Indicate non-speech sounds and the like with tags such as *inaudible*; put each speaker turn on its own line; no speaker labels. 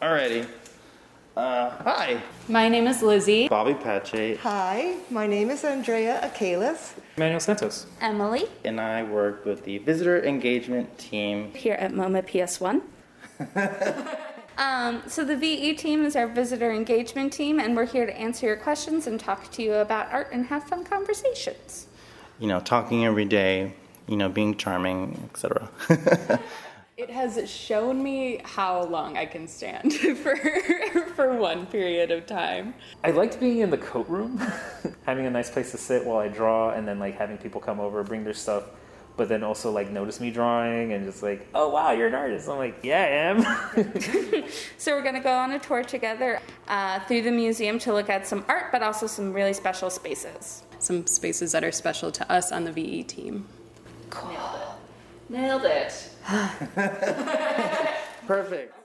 Alrighty. Uh, hi.
My name is Lizzie.
Bobby Pache,
Hi, my name is Andrea Acalis.
Manuel Santos.
Emily
and I work with the visitor engagement team.
here at MoMA PS1. um, so, the VE team is our visitor engagement team, and we're here to answer your questions and talk to you about art and have fun conversations.
You know, talking every day, you know, being charming, etc. *laughs*
It has shown me how long I can stand *laughs* for for one period of time.
I liked being in the coat room, *laughs* having a nice place to sit while I draw, and then like having people come over, bring their stuff, but then also like notice me drawing and just like, oh wow, you're an artist. I'm like, yeah, I am. *laughs*
So, we're going to go on a tour together uh, through the museum to look at some art, but also some really special spaces.
Some spaces that are special to us on the VE team.
Nailed it.
Perfect.